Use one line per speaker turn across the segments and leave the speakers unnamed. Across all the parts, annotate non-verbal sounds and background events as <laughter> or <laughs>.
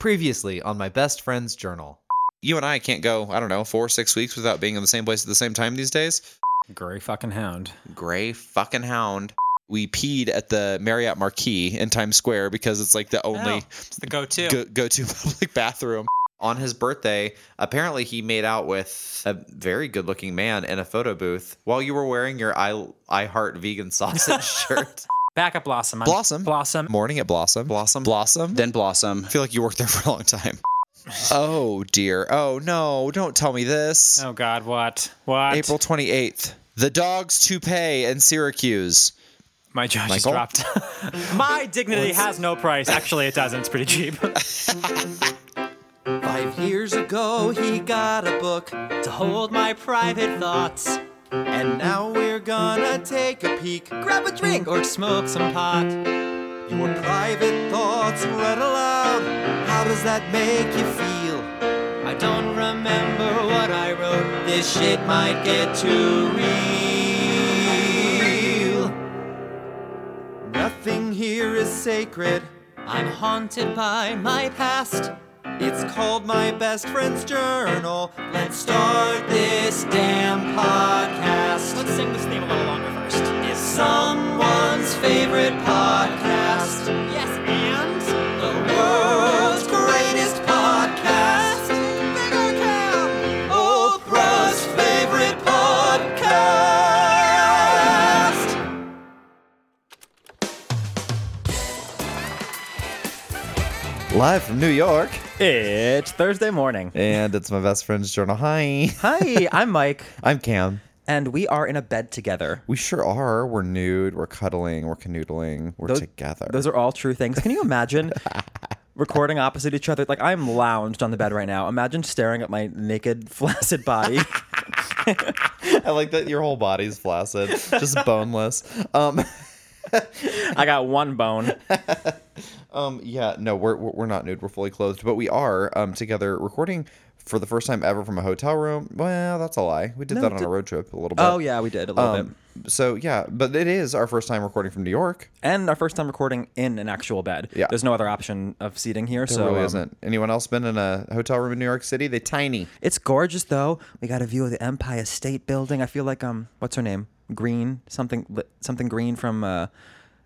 Previously on my best friend's journal.
You and I can't go, I don't know, four, six weeks without being in the same place at the same time these days.
Gray fucking hound.
Gray fucking hound. We peed at the Marriott Marquis in Times Square because it's like the only
it's the go-to.
go go to <laughs> public bathroom.
On his birthday, apparently he made out with a very good looking man in a photo booth while you were wearing your I, I Heart Vegan Sausage shirt.
Back up, Blossom. I'm-
Blossom.
Blossom.
Morning at Blossom. Blossom. Blossom.
Then Blossom.
I feel like you worked there <laughs> for a long
<laughs>
time. oh dear. Oh no, don't tell me this.
Oh God, what? What?
April 28th. The Dogs Toupee in Syracuse.
My jaw just
Michael?
dropped. <laughs> My dignity has no price. Actually, it doesn't. It's
<laughs>
pretty cheap.
Five years ago, he got a book to hold my private thoughts. And now we're gonna take a peek, grab a drink, or smoke some pot. Your private thoughts read aloud. How does that make you feel? I don't remember what I wrote. This shit might get too real. Nothing here is sacred. I'm haunted by my past. It's called My Best Friend's Journal. Let's start this damn podcast.
Let's sing this theme a little longer first.
It's someone's favorite podcast.
Yes, and
The world's greatest podcast. Bigger Cam, Oprah's favorite podcast.
Live from New York.
it's Thursday morning.
And it's my best friend's journal. Hi. <laughs>
<laughs>
Hi, I'm Mike,
I'm Cam.
and we are in a bed together.
We sure are. We're nude. We're cuddling. We're canoodling. We're
Those-
together.
Those are all true things. Can you
<laughs>
imagine recording opposite each other? Like I'm lounged on the bed right now. Imagine staring at my naked, <laughs>
<laughs>
flaccid body.
<laughs> I like that your whole body's flaccid,
<laughs>
just boneless. Um,
I got one bone.
um, yeah, no, we're we're we're not nude. We're fully clothed, but we are um together recording for the first time ever from a hotel room. Well, that's a lie. We did that on a road trip a little bit.
oh yeah, we did a little bit.
Um, so yeah, but it is our first time recording from New York.
And our first time recording in an actual bed.
Yeah.
There's no other option of seating here,
There
so
really
um,
isn't. Anyone else been in a hotel room in New York City? They tiny.
it's gorgeous though. We got a view of the Empire State Building. I feel like um, what's her name? Green, something, li- something Green from uh,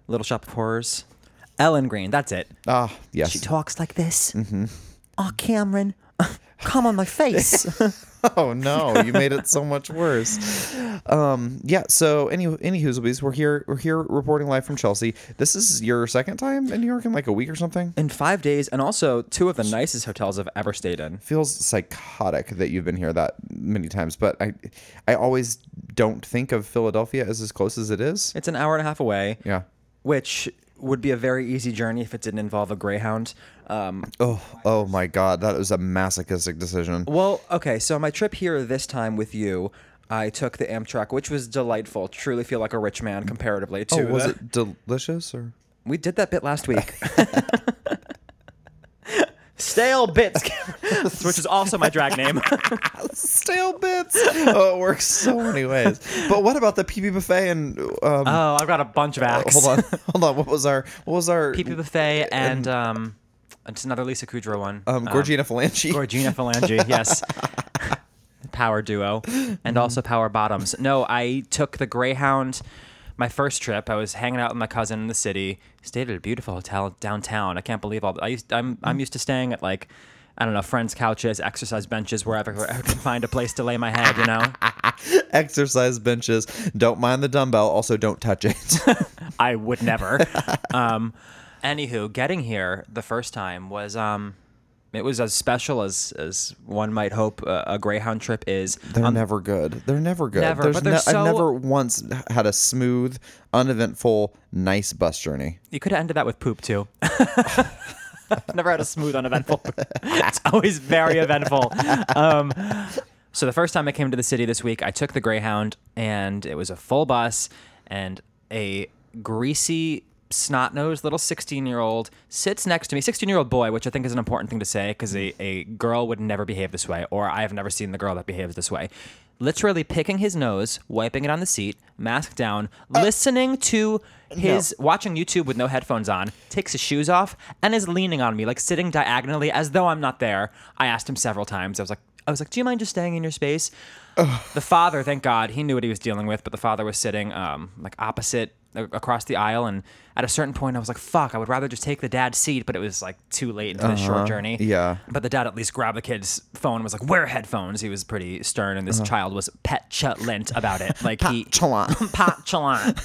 Little Shop of Horrors. Ellen Green. That's it.
Ah, yes.
She talks like this. Mm-hmm. Oh, Cameron, <laughs> come on my face. <laughs>
Oh no, you made it so much <laughs> worse. Um, yeah. So any any whoozlebees, we're here. We're here reporting live from Chelsea. This is your second time in New York in like a week or something.
in five days, and also two of the nicest hotels I've ever stayed in.
Feels psychotic that you've been here that many times, but I I always don't think of Philadelphia as as close as it is.
It's an hour and a half away,
Yeah.
which would be a very easy journey if it didn't involve a Greyhound. Um,
Oh oh my God, that was a masochistic decision.
well, okay, so my trip here this time with you. I took the Amtrak, which was delightful. Truly feel like a rich man comparatively to.
Oh, was
the-
it delicious or?
We did that bit last week. Stale bits,
Which is also my drag
<laughs>
name.
Stale bits. <laughs> oh, it works so many ways. But what about the pee pee buffet and um,
oh, I've got a bunch of acts.
hold on, <laughs> hold on. What was our what was our
PP Buffet and um, it's another Lisa Kudrow one.
um,
<laughs>
Gorgina Falanchi?
Gorgina Falange, yes. <laughs> power duo and also power bottoms. No, I took the Greyhound my first trip. I was hanging out with my cousin in the city. Stayed at a beautiful hotel downtown. I can't believe all I used I'm I'm used to staying at like I don't know, friends' couches, exercise benches, wherever, wherever I can find a place to lay my head, you know?
<laughs> Exercise benches. Don't mind the dumbbell. Also, don't touch it.
I would never. um, anywho, getting here the first time was um, it was as special as as one might hope uh, a Greyhound trip is.
<laughs> They're never good. They're Um, never good.
Never,
There's
but they're so-
I've never once had a smooth, uneventful, nice bus journey.
You could have ended that with poop too. I've <laughs> never had a smooth, <laughs> uneventful. poop. It's always very eventful. Um, so the first time I came to the city this week, I took the Greyhound, and it was a full bus and a greasy
snot nosed little 16 year old sits next to me, 16 year old boy, which I think is an important thing to say because a, a girl would never behave this way, or I have never seen the girl that behaves this way. Literally picking his nose, wiping it on the seat, mask down, listening to his watching YouTube with no headphones on, takes his shoes off, and is leaning on me, like sitting diagonally as though I'm not there. I asked him several times. I was like, I was like, do you mind just staying in your space? the father, thank God, he knew what he was dealing with, but the father was sitting um, like opposite a- across the aisle. And at a certain point, I was like, fuck, I would rather just take the dad's seat, but it was like too late into this short journey.
Yeah.
But the dad at least grabbed the kid's phone and was like, wear headphones. He was pretty stern, and this child was petulant about it. Like he.
Chalant.
<laughs> Petulant.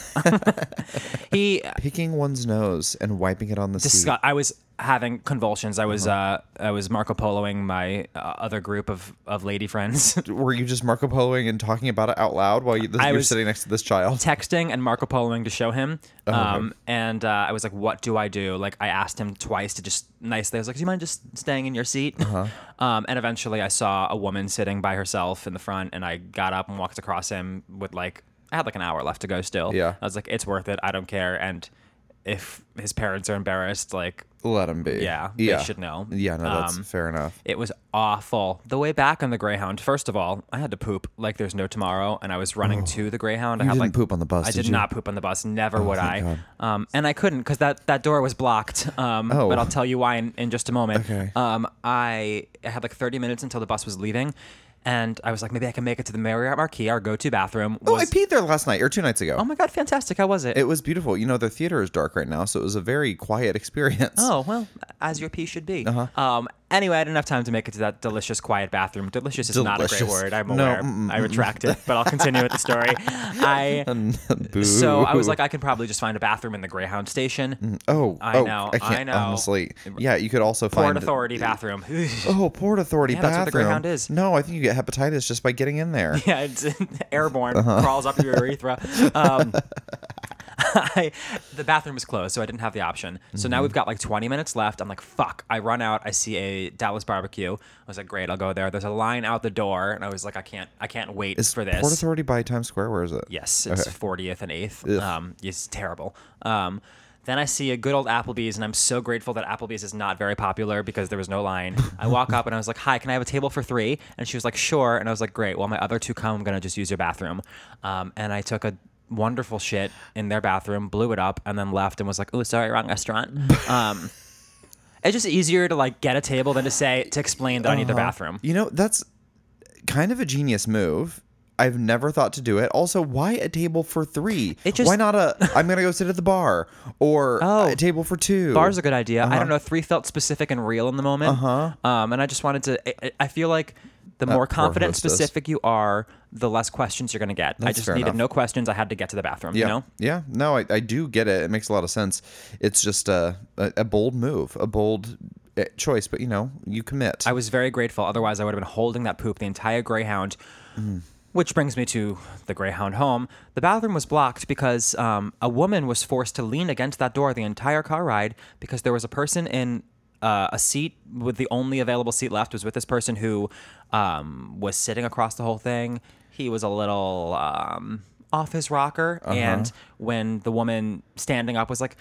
he uh,
Picking one's nose and wiping it on the
disgu- I was having convulsions. I was uh, I was Marco Poloing my uh, other group of, of lady friends.
seat. Were you just Marco Poloing and talking about it out loud while you, this,
I
you're
was-
sitting next to this child?
texting and Marco Poloing to show him.
Oh,
Um, and uh, I was like, "What do I do?" Like, I asked him twice to just nicely. I was like, "Do you mind just staying in your seat?"
Uh-huh.
<laughs> um, and eventually, I saw a woman sitting by herself in the front, and I got up and walked across him with like I had like an hour left to go still.
Yeah.
I was like, "It's worth it. I don't care." And if his parents are embarrassed, like
Let him be.
Yeah, they should know.
Yeah, no, that's
Um,
fair enough.
it was awful. The way back on the Greyhound, first of all, I had to poop like there's no tomorrow, and I was running to the Greyhound.
Oh.
I
You
had
didn't
like
poop on the bus,
I
did
did,
you? Oh,
not poop on the bus. Never would
thank
I.
God.
Um, and I couldn't because that, that door was blocked. Um,
Oh.
But I'll tell you why in, in just a moment.
Okay.
Um, I, I had like 30 minutes until the bus was leaving, and I was like, maybe I can make it to the Marriott Marquis, our go-to bathroom.
Oh,
was-
I peed there last night or two nights ago.
Oh my god, fantastic! How was it?
It was beautiful. You know, the theater is dark right now, so it was a very quiet <laughs> experience.
Oh well, as your pee should be.
Uh-huh.
Um, anyway, I didn't have time to make it to that delicious, quiet bathroom. Delicious is not a
Delicious.
great word. I'm
No,
aware.
mm,
I retract it, but I'll continue with
<laughs>
the story. I
Boo.
so I was like, I can probably just find a bathroom in the Greyhound station.
oh,
I
oh,
know,
I can't
I know.
honestly. Yeah, you could also
Port
find
Authority bathroom.
<laughs>
<laughs>
Oh, Port Authority
Yeah, that's
bathroom.
what the Greyhound is.
No, I think you get hepatitis just by getting in there.
<laughs> yeah, it's airborne,
Uh-huh.
crawls up your urethra.
<laughs>
Um, I, the bathroom was closed, so I didn't have the option. So
Mm-hmm.
now we've got like 20 minutes left. I'm like, fuck. I run out. I see a Dallas barbecue. I was like, great, I'll go there. There's a line out the door, and I was like, I can't, I can't wait
Is
for this.
Port Authority by Times Square? Where is it?
Yes, it's
Okay.
40th and 8th. Um, it's terrible. Um, then I see a good old Applebee's, and I'm so grateful that Applebee's is not very popular because there was no line. I walk up and I was like, "Hi, can I have a table for three? And she was like, "Sure." And I was like, "Great. Well, my other two come. I'm gonna just use your bathroom." Um, and I took a wonderful shit in their bathroom, blew it up, and then left and was like, "Oh, sorry, wrong restaurant." Um, it's just easier to like get a table than to say to explain that I need their bathroom.
You know, that's kind of a genius move. I've never thought to do it. Also, why a table for three?
It just-
why not a I'm gonna go sit at the bar or
<laughs> Oh.
a table for two?
Bar's a good idea. I
Uh-huh.
don't know. Three felt specific and real in the moment. Uh huh. Um, and I just wanted to. I- I, I feel like the more confident and
hostess.
specific you are, the less questions you're going to get. I
That's
just
fair
needed
enough.
no questions. I had to get to the bathroom.
Yeah.
You know.
Yeah. No, I, I do get it. It makes a lot of sense. It's just a, a, a bold move, a bold eh, choice, but you know, you commit.
I was very grateful. Otherwise, I would have been holding that poop the entire Greyhound. Which brings me to the Greyhound home. The bathroom was blocked because um, a woman was forced to lean against that door the entire car ride because there was a person in uh, a seat with the only available seat left was with this person who um, was sitting across the whole thing. He was a little um, off his rocker,
Uh-huh.
and when the woman standing up was like,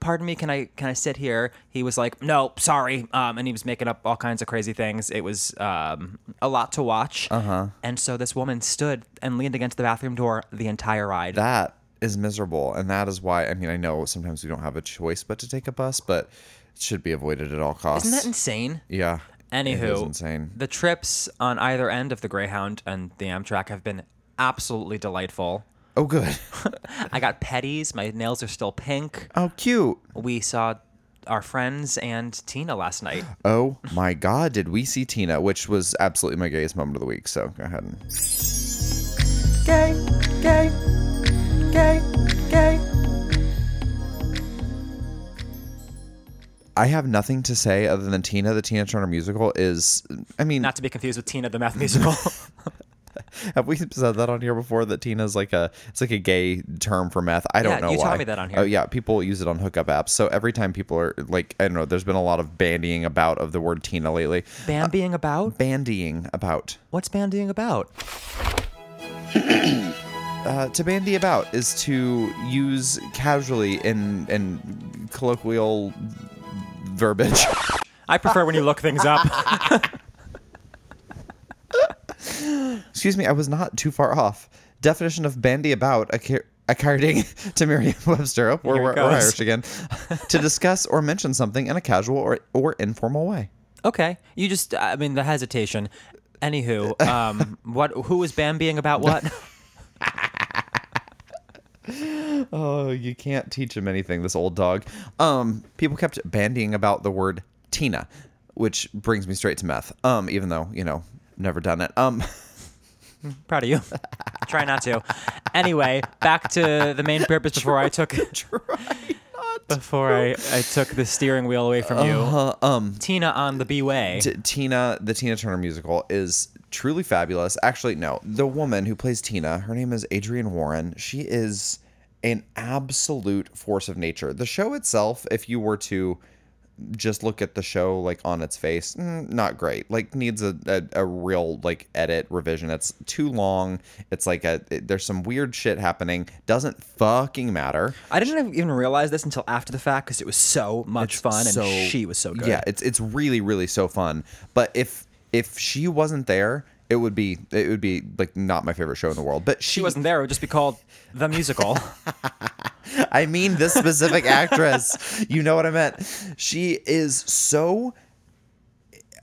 pardon me can i can i sit here he was like no sorry um and he was making up all kinds of crazy things it was um a lot to watch uh-huh and so this woman stood and leaned against the bathroom door the entire ride
that is miserable and that is why I mean I know sometimes we don't have a choice but to take a bus, but it should be avoided at all costs.
isn't that insane
yeah.
anywho
It is insane.
the trips on either end of the greyhound and the amtrak have been absolutely delightful
Oh good. <laughs>
i got petties my nails are still pink
Oh cute.
we saw our friends and tina last night
Oh my God, did we see Tina? Which was absolutely my gayest moment of the week. So go ahead and. I have nothing to say other than Tina. The Tina Turner musical is, I mean,
not to be confused with tina the
<laughs>
math musical
have we said that on here before? That Tina's like a, it's like a gay term for meth. I don't
Yeah,
know
you
why.
taught me that on here.
Oh yeah, people use it on hookup apps. So every time people are like, I don't know. There's been a lot of bandying about of the word Tina lately.
band being about
Bandying about.
What's bandying about?
uh, to bandy about is to use casually and and colloquial verbiage. <laughs>
I prefer when you look things
<laughs>
up.
Excuse me, I was not too far off. Definition of bandy about acc- according <laughs> to Merriam-Webster. Oh, we're,
Here
we're
it goes.
Irish again. <laughs> to discuss or mention something in a casual or, or informal way.
okay, you just I mean the hesitation. Anywho, um, what who was Bambiing about <laughs> what?
Oh, you can't teach him anything, this old dog. Um, people kept bandying about the word Tina, which brings me straight to meth. Um, even though you know, never done it. Um, <laughs>
Proud of you. Try not to. Anyway, back to the main purpose before I took <laughs> before I, I took the steering wheel away from you.
Uh-huh.
uh,
um, Tina on the B way.
T- Tina, the Tina Turner musical is truly fabulous. Actually, no, the woman who plays Tina, her name is Adrienne Warren. She is an absolute force of nature. The show itself, if you were to just look at the show like on its face, mm, not great. Like needs a, a, a real like edit revision. It's too long. It's like a it- there's some weird shit happening. Doesn't fucking matter.
I didn't even realize this until after the fact because it was so much fun
so-
and she was so good.
Yeah, it's it's really really so fun. But if if she wasn't there, it would be it would be like not my favorite show in the world. But she,
She wasn't there. It would just be called the
<laughs>
musical.
<laughs> I mean this specific actress. You know what I meant. She is so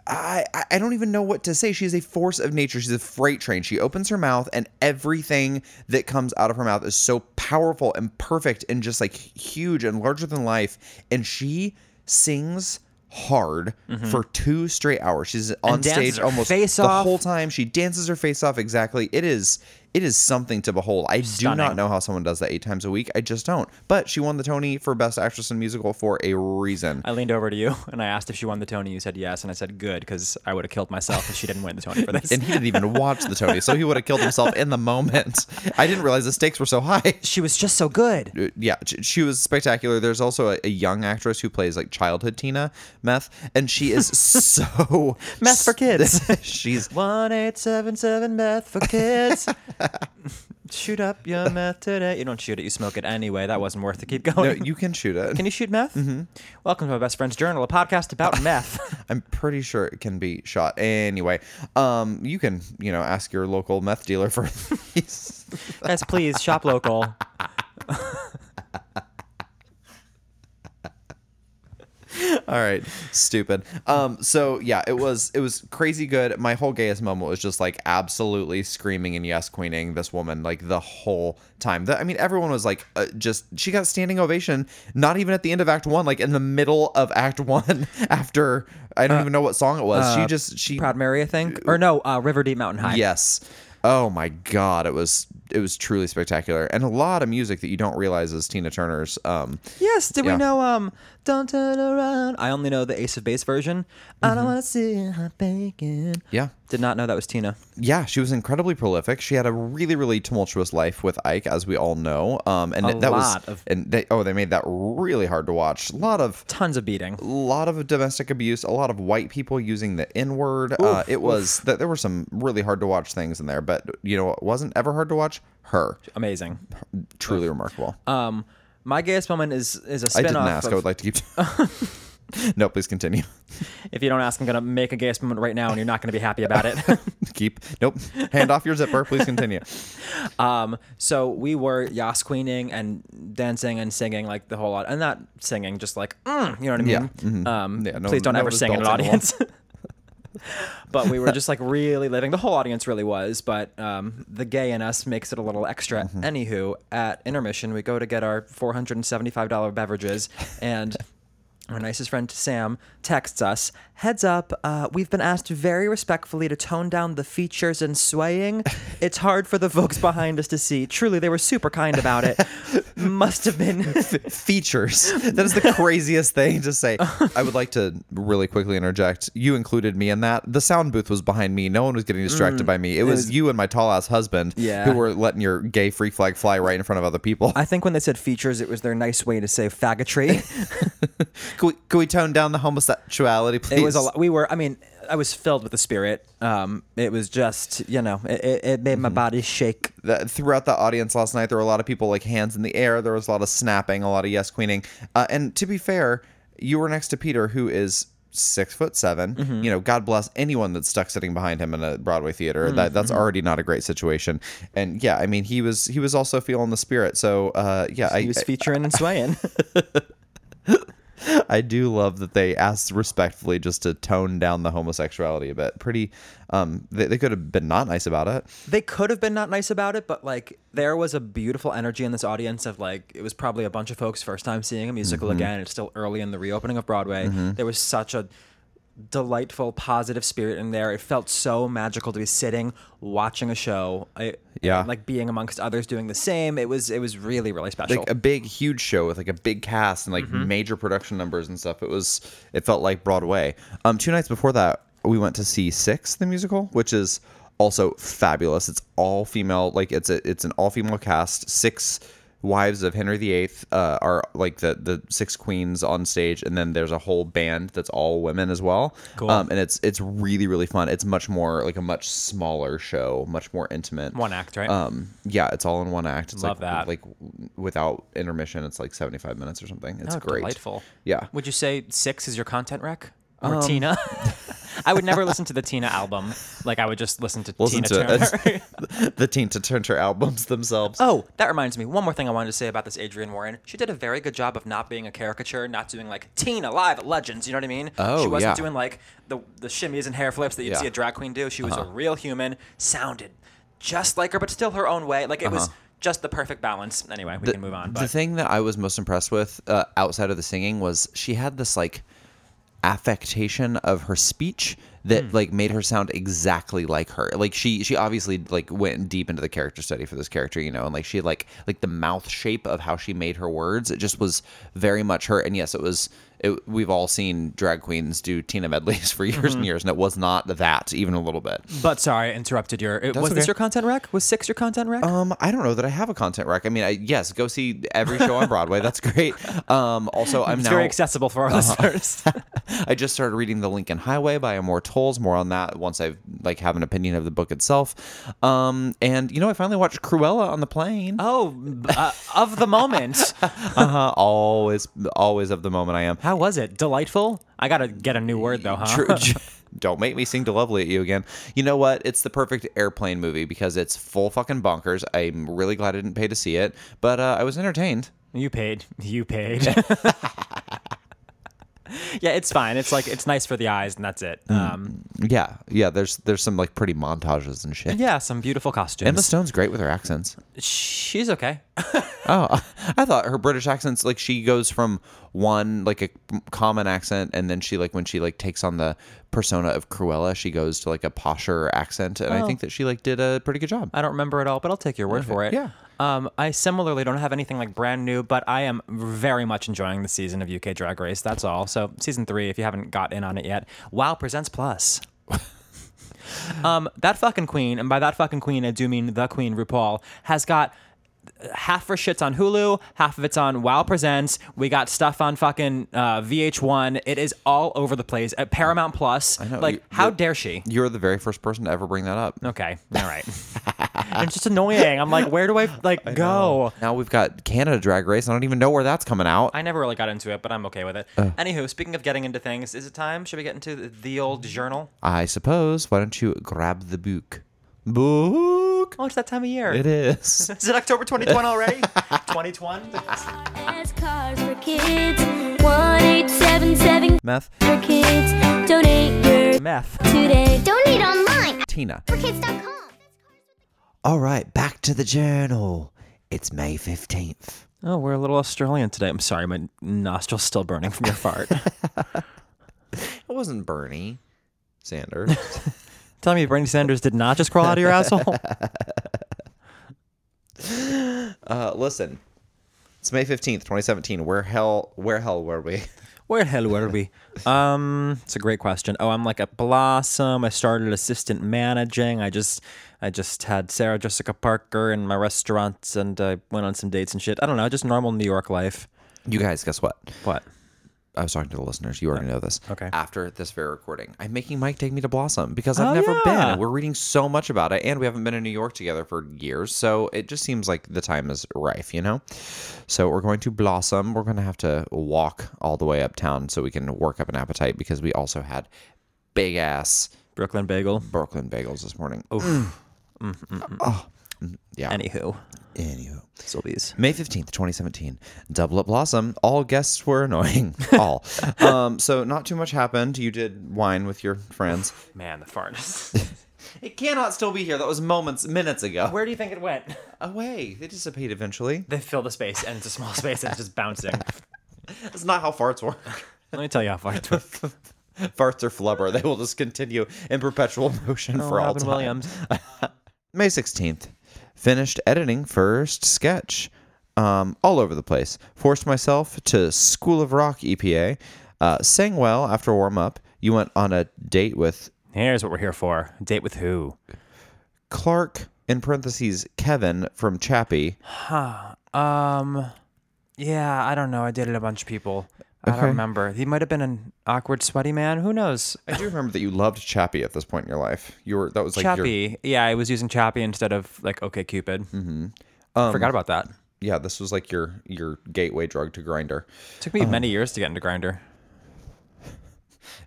I, I- I don't even know what to say. She is a force of nature. She's a freight train. She opens her mouth, and everything that comes out of her mouth is so powerful and perfect and just like huge and larger than life. And she sings hard for two straight hours. She's
Mm-hmm.
on
dances
stage
her
almost
face
the
off.
whole time. She dances her face off. Exactly. It is it is something to behold. I do not
Stunning.
know how someone does that eight times a week. I just don't. But she won the Tony for Best Actress in Musical for
<laughs>
a reason.
I leaned over to you and I asked if she won the Tony. You said yes, and I said good because I would have killed myself if she didn't win the Tony
<laughs>
for this.
and he didn't even watch the Tony, so he would have killed himself in the moment. I didn't realize the stakes were so high.
<laughs>
<laughs>
she was just so good.
Uh, Yeah, sh- she was spectacular. There's also a, a young actress who plays like childhood Tina Meth, and
<laughs>
she is so
Meth for kids.
<laughs> she's
One eight seven seven meth for
<laughs>
kids. shoot up your meth today. You don't shoot it. You smoke it anyway. That wasn't worth it. Keep going.
no, you can shoot
<laughs>
it.
Can you shoot meth? Mm-hmm. Welcome to my best friend's journal, a podcast
<laughs>
about meth.
I'm pretty sure it can be shot anyway. Um, you can you know ask your local meth dealer for <laughs> these.
yes, please shop local.
All right, stupid. Um, so yeah, it was it was crazy good. My whole gayest moment was just like absolutely screaming and yes queening this woman like the whole time. The, I mean, everyone was like uh, just she got standing ovation. Not even at the end of Act One, like in the middle of Act One. <laughs> After I don't even know what song it was. she just she
Proud Mary, I think, or no, uh, River Deep Mountain High.
yes. Oh my god, it was it was truly spectacular and a lot of music that you don't realize is Tina Turner's. Um,
Yes. Did
Yeah.
we know? Um, don't turn around. I only know the Ace of Base version. I
Mm-hmm.
don't want to see you hot bacon.
yeah.
Did not know that was Tina.
yeah, she was incredibly prolific. She had a really, really tumultuous life with Ike, as we all know. Um, and
A
that
lot
was
of-
and they, oh, they made that really hard to watch. A lot of
Tons of beating.
lot of domestic abuse. A lot of white people using the N word. Uh, it was that there were some really hard to watch things in there, but you know what wasn't ever hard to watch? Her,
Amazing.
truly remarkable.
Um, my gayest moment is is a
I
spinoff.
didn't ask.
Of,
I would like to keep. <laughs>
<laughs>
no, please continue.
If you don't ask, I'm gonna make a gayest moment right now, and you're not gonna be happy about
<laughs>
it.
keep. Nope. Hand off your zipper. Please continue.
<laughs> Um, so we were yas queening and dancing and singing like the whole lot, and not singing, just like mm, you know what I mean.
Yeah, mhm.
Um,
Yeah, no-
please don't
no
ever sing in an
adults
audience. but we were just like really living. The whole audience really was, but um, the gay in us makes it a little extra. Anywho, at intermission, we go to get our four hundred and seventy-five dollar beverages, and our nicest friend Sam texts us Heads up, uh, we've been asked very respectfully to tone down the features and swaying. It's hard for the folks behind us to see. Truly, they were super kind about it. Must have been. <laughs>
features. That is the craziest thing to say. I would like to really quickly interject. You included me in that. The sound booth was behind me. No one was getting distracted by me. It was, you and my tall ass husband
Yeah.
who were letting your gay freak flag fly right in front of other people.
I think when they said features, it was their nice way to say faggotry.
Could we, could we tone down the homosexuality, please?
It was a lot. We were. I mean, I was filled with the spirit. Um, it was just, you know, it, it, it made my
Mm-hmm.
body shake.
that throughout the audience last night there were a lot of people like hands in the air there was a lot of snapping a lot of yes queening uh, and to be fair you were next to peter who is six foot 7 you know god bless anyone that's stuck sitting behind him in a broadway theater that that's already not a great situation and yeah i mean he was he was also feeling the spirit so uh yeah I,
He was
I-
featuring
<laughs>
and swaying. <laughs>
I do love that they asked respectfully just to tone down the homosexuality a bit pretty um they, they could have been not nice about it
they could have been not nice about it, but like there was a beautiful energy in this audience of like it was probably a bunch of folks first time seeing a musical
Mm-hmm.
again. It's still early in the reopening of Broadway. There was such a delightful, positive spirit in there. It felt so magical to be sitting watching a show. I,
Yeah.
like being amongst others doing the same. It was it was really really special.
like uh, a big huge show with like a big cast and like major production numbers and stuff it was it felt like broadway um two nights before that we went to see six the musical which is also fabulous it's all female like it's a it's an all female cast six wives of henry viii uh, are like the the six queens on stage and then there's a whole band that's all women as well cool. um and it's it's really really fun it's much more like a much smaller show much more intimate
One act, right?
um, yeah, it's all in one act. It's
Love
like,
that.
Like w- without intermission, it's like seventy-five minutes or something. It's
Oh,
great.
delightful.
Yeah.
Would you say six is your content rec or <laughs> Tina? I would never listen to the Tina album. Like I would just listen to
Listen
Tina
to
Turner.
it.
<laughs>
It's <laughs> the Teen to Turner albums themselves.
Oh, that reminds me. One more thing I wanted to say about this Adrienne Warren. She did a very good job of not being a caricature, not doing like Tina live at Legends. You know what I mean?
Oh,
she wasn't
yeah.
doing like the the shimmies and hair flips that you'd
Yeah. Uh-huh.
see a drag queen do. She was a real human, sounded just like her, but still her own way. Like it was just the perfect balance. Anyway, we can move on.
Uh-huh. The
But
thing that I was most impressed with uh, outside of the singing was she had this like affectation of her speech that
Hmm.
like made her sound exactly like her. Like she she obviously like went deep into the character study for this character, you know, and like she like like the mouth shape of how she made her words, it just was very much her. And yes, it was it, we've all seen drag queens do Tina medleys for <laughs> years
Mm-hmm.
and years, and it was not that even a little bit.
but sorry, I interrupted your. It, was
okay.
this your content rec? Was six your content rec?
Um, I don't know that I have a content rec. I mean, I, yes, go see every show on Broadway. That's great. Um, also, I'm
<laughs> it's
now
very accessible for our listeners.
I just started reading The Lincoln Highway by Amor Tolls. More on that once I like have an opinion of the book itself. Um, and you know, I finally watched Cruella on the plane.
<laughs> oh, uh, of the moment.
<laughs> Uh-huh. Always, always of the moment I am.
How was it? Delightful? I gotta get a new word though, huh?
True. <laughs> Don't make me sing to lovely at you again. You know what? It's the perfect airplane movie because it's full fucking bonkers. I'm really glad I didn't pay to see it, but uh, I was entertained.
<laughs> You paid. You paid. <laughs> yeah, it's fine. It's like it's nice for the eyes, and that's it. Um,
Yeah, yeah. There's there's some like pretty montages and shit.
yeah, some beautiful
Emma
costumes.
Stone's great with her accents.
She's okay.
Oh, <laughs> I thought her British accents like she goes from one like a common accent, and then she like when she like takes on the persona of Cruella, she goes to like a posher accent, and I think that she like did a pretty good job.
I don't remember it all, but I'll take your word for it.
Yeah.
Um, I similarly don't have anything like brand new, but I am very much enjoying the season of UK Drag Race. That's all. So season three, if you haven't got in on it yet, Wow
<laughs>
presents plus. um, that fucking queen, and by that fucking queen, I do mean the queen RuPaul has got half her shit's on Hulu, half of it's on Wow Presents. We got stuff on fucking uh, VH1. It is all over the place at Paramount Plus.
know,
like,
you-
how
you're-
dare she?
You're the very first person to ever bring that up.
Okay.
<laughs>
All right. it's just annoying. I'm like, where do I like go?
Now we've got Canada Drag Race. I don't even know where that's coming out.
I never really got into it, but I'm okay with it. Anywho, speaking of getting into things, is it time? Should we get into the old
Mm-hmm.
journal?
I suppose. Why don't you grab the book? Book.
Oh, it's that time of year.
It is. <laughs>
Is it October 2020 already? 2020?
As cars for kids. 1877
Meth.
for kids. Donate your
Meth.
today. Donate online
Tina.
for kids.com.
All right, back to the journal. It's May fifteenth.
Oh, we're a little Australian today. I'm sorry, my nostril's still burning from
<laughs>
your fart.
It wasn't Bernie <laughs> Sanders.
Tell me, Bernie Sanders did not just crawl out
<laughs>
of your asshole?
Uh, listen, it's May fifteenth, twenty seventeen. Where hell? Where hell were we? <laughs>
Where the hell were we? Um, it's a great question. Oh, I'm like a blossom. I started assistant managing. I just, I just had Sarah Jessica Parker in my restaurants, and I went on some dates and shit. I don't know, just normal New York life.
You guys, guess what?
What? Ah.
I was talking to the listeners. You already know this.
Okay.
After this very recording, I'm making Mike take me to Blossom because I've never
yeah.
been. We're reading so much about it, and we haven't been in New York together for years. So it just seems like the time is rife, you know? So we're going to Blossom. We're going to have to walk all the way uptown so we can work up an appetite because we also had big ass
Brooklyn bagel.
Brooklyn bagels this morning. Oh, yeah.
Anywho,
Anywho.
Sylvie's.
May 15th, 2017. Double Up Blossom. All guests were annoying. <laughs> All. um, so, not too much happened. You did wine with your friends.
Man, the farts.
<laughs> It cannot still be here. That was moments, minutes ago.
<laughs> Where do you think it went?
away. They dissipate eventually.
They fill the space, and it's a small space, and it's just <laughs> bouncing.
That's not how farts work.
Let me tell you how far it took.
<laughs>
<laughs>
farts are flubber. They will just continue in perpetual motion for all
Robin
time.
Williams.
May 16th. Finished editing first sketch. Um, all over the place. Forced myself to School of Rock EPA. Uh, sang well after warm up. You went on a date with
Here's what we're here for. Date with who?
Clark, in parentheses, Kevin from Chappie.
Um, yeah, I don't know. I dated a bunch of people. I
Okay.
don't remember. He might have been an awkward, sweaty man. Who knows?
I do remember that you loved Chappie at this point in your life. You were that was like your
Chappie. Yeah, I was using Chappie instead of like OK Cupid. Mm-hmm.
Um,
Forgot about that.
yeah, this was like your your gateway drug to grinder.
Took
um,
me many years to get into Grinder.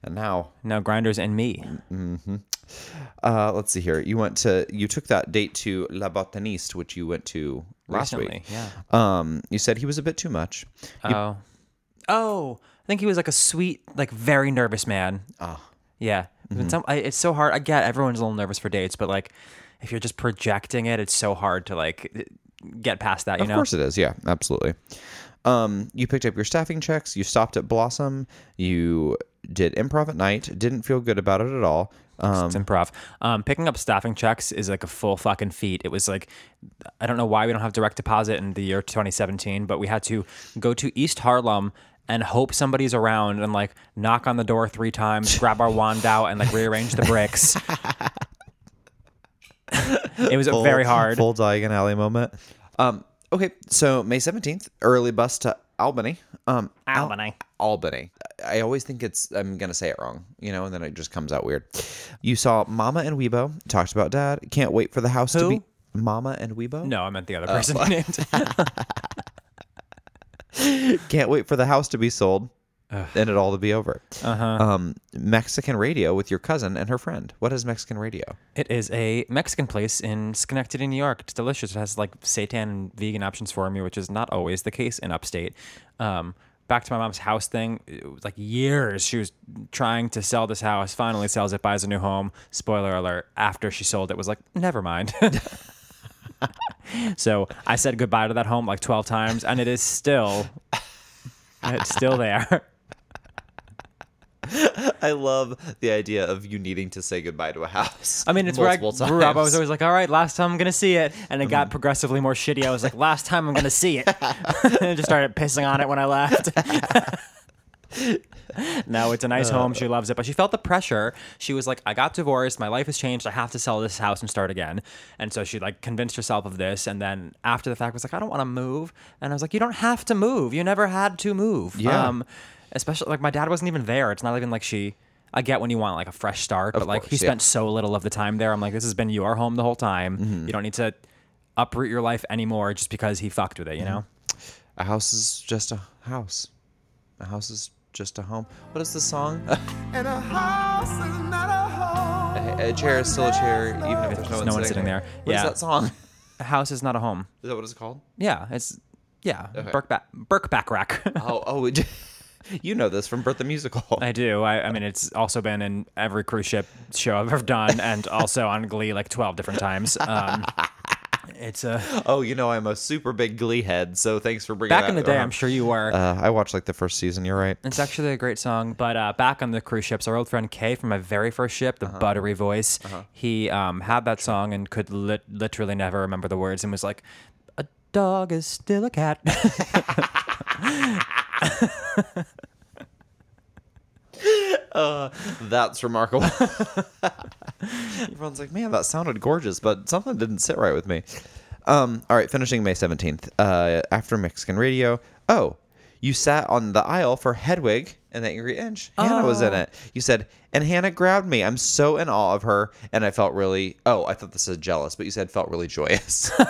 And now,
Now Grinder's and me.
uh, let's see here. You went to you took that date to La Botaniste, which you went to last
Recently,
week.
yeah.
Um, you said he was a bit too much.
Oh. Oh, I think he was like a sweet, like very nervous man.
Ah.
Oh. Yeah.
Mm-hmm.
When some- I- it's so hard. I get everyone's a little nervous for dates, but like if you're just projecting it, it's so hard to like get past that, you
Of
know?
course it is. Yeah, absolutely. Um, you picked up your staffing checks. You stopped at Blossom. You did improv at night. Didn't feel good about it at all. Um,
It's improv. Um, picking up staffing checks is like a full fucking feat. It was like, I don't know why we don't have direct deposit in the year 2017, but we had to go to East Harlem and hope somebody's around and like knock on the door three times, grab
<laughs>
our wand out, and like rearrange the bricks. it was very hard.
Full Diagon Alley moment. Um, okay, so May 17th, early bus to Albany. Um, Al-
Albany.
Albany. I always think it's, I'm going to say it wrong, you know, and then it just comes out weird. You saw Mama and Weibo, talked about dad. Can't wait for the house to
Who?
be. Mama and Weibo?
No, I meant the other
Oh,
person <laughs> you named.
<laughs> Can't wait for the house to be sold and it all to be over. Uh-huh. Um, Mexican radio with your cousin and her friend. What is Mexican radio?
It is a Mexican place in Schenectady, New York. It's delicious. It has like seitan and vegan options for me, which is not always the case in upstate. Um, back to my mom's house thing. It was like years she was trying to sell this house. Finally sells it, buys a new home. Spoiler alert: after she sold it, was like, never mind. <laughs> so I said goodbye to that home like twelve times, and it is still, it's still there.
I love the idea of you needing to say goodbye to a house.
I mean, it's where I grew up. I was always like, all right, last time I'm going to see it. And it got progressively more shitty. I was like, last time I'm going to see it. <laughs> and I just started pissing on it when I left. <laughs> no, it's a nice home. She loves it. But she felt the pressure. She was like, I got divorced. My life has changed. I have to sell this house and start again. And so she like convinced herself of this. And then after the fact was like, I don't want to move. And I was like, you don't have to move. You never had to move. Um,
Yeah.
especially like my dad wasn't even there. It's not even like she. I get when you want like a fresh start, but like he
course, yeah.
spent so little of the time there. I'm like, this has been your home the whole time.
Mm-hmm.
You don't need to uproot your life anymore just because he fucked with it, you know?
Mm-hmm. A house is just a house. A house is just a home. What is the song? <laughs>
And a house is not a home.
a chair is still a chair, even if there's no one,
no one
sitting,
sitting
there.
there.
What is
Yeah.
that
<laughs>
song? Is
A house is not a home.
that what it's called?
Yeah, it's yeah,
Okay.
Burkback Burkback Rack. <laughs>
Oh, oh, it, <laughs> you know this from Birth the Musical.
I do. I, I mean, it's also been in every cruise ship show I've ever done, and also on Glee like twelve different times.
<laughs>
Um, it's a
<laughs> oh, you know I'm a super big Glee head, so thanks for bringing
back
that
in the day.
around.
I'm sure you were.
Uh, I watched like the first season. You're right.
It's actually a great song, but uh, back on the cruise ships, our old friend Kay from my very first ship,
Uh-huh.
the buttery voice, he um, had that song and could lit- literally never remember the words and was like, "A dog is still
<laughs>
a cat."
That's remarkable. <laughs> Everyone's like, man, that sounded gorgeous, but something didn't sit right with me. Um, all right, finishing May 17th. Uh, after Mexican radio. Oh, You sat on the aisle for Hedwig and the Angry Inch. Hannah was in it. You said, and Hannah grabbed me. I'm so in awe of her. And I felt really, oh, I thought this said jealous, but you said felt really joyous. <laughs>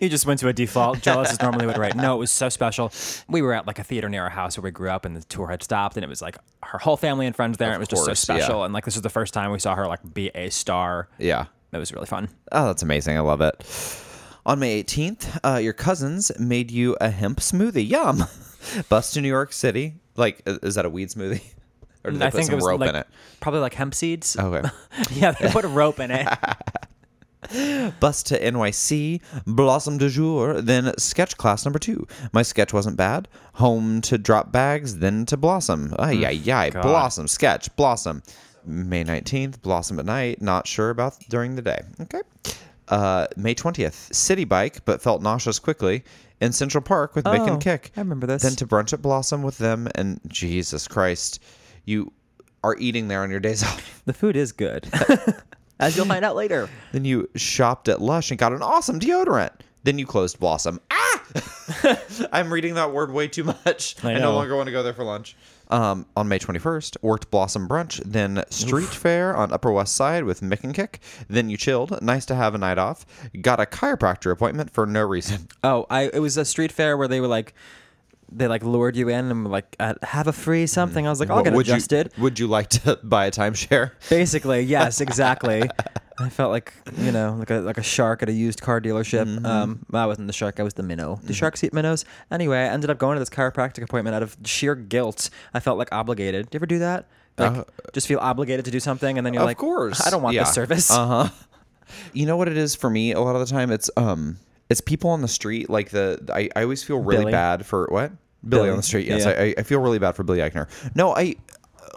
You just went to a default. Jealous is normally what I write. No, it was so special. We were at like a theater near our house where we grew up, and the tour had stopped, and it was like her whole family and friends there. and it was
course,
just so
yeah.
special, and like this was the first time we saw her like be a star.
yeah.
That was really fun.
Oh, that's amazing. I love it. On May 18th, uh, your cousins made you a hemp smoothie. Yum. <laughs> Bus to New York City. Like, i- is that a weed smoothie? <laughs> Or did they
I
put
think it
some
was
rope
like,
in it? Oh,
probably like hemp seeds.
Okay.
<laughs> yeah, they put a rope in it.
Bus to NYC, Blossom du Jour, then sketch class number two. My sketch wasn't bad. Home to drop bags, then to Blossom. Ay,
Hmm.
ay, ay. Blossom, sketch, Blossom. May 19th, Blossom at night. Not sure about during the day. Okay. Uh, May 20th, city bike, but felt nauseous quickly. In Central Park with Mick
Oh,
and Kick.
I remember this.
Then to brunch at Blossom with them, and Jesus Christ, you are eating there on your days <laughs> off.
The food is <laughs> good, as you'll find out later.
Then you shopped at Lush and got an awesome deodorant. Then you closed Blossom. Ah! <laughs> I'm reading that word way too much. I, no
know.
longer want to go there for lunch. Um, on May 21st, worked Blossom Brunch, then Street Fair on Upper West Side with Mick and Kick. Then you chilled. Nice to have a night off. Got a chiropractor appointment for no reason.
Oh, I it was a street fair where they were like, they like lured you in and were like uh, have a free something. I was like, I'll get
would <laughs>
adjusted.
You, would you like to buy a timeshare?
Basically, yes, exactly. <laughs> I felt like you know, like a like a shark at a used car dealership. Um, well, I wasn't the shark; I was the minnow. Do sharks eat minnows? Anyway, I ended up going to this chiropractic appointment out of sheer guilt. I felt like obligated. Do you ever do that? Like, just feel obligated to do something, and then you're
Uh, of
like,
course.
I don't want
Yeah. Uh, Uh-huh.
this service." <laughs>
you know what it is for me a lot of the time it's um it's people on the street like the i, I always feel really
Billy.
bad for what billy,
Billy,
on the street yes
yeah.
I- I, I feel really bad for billy eichner no i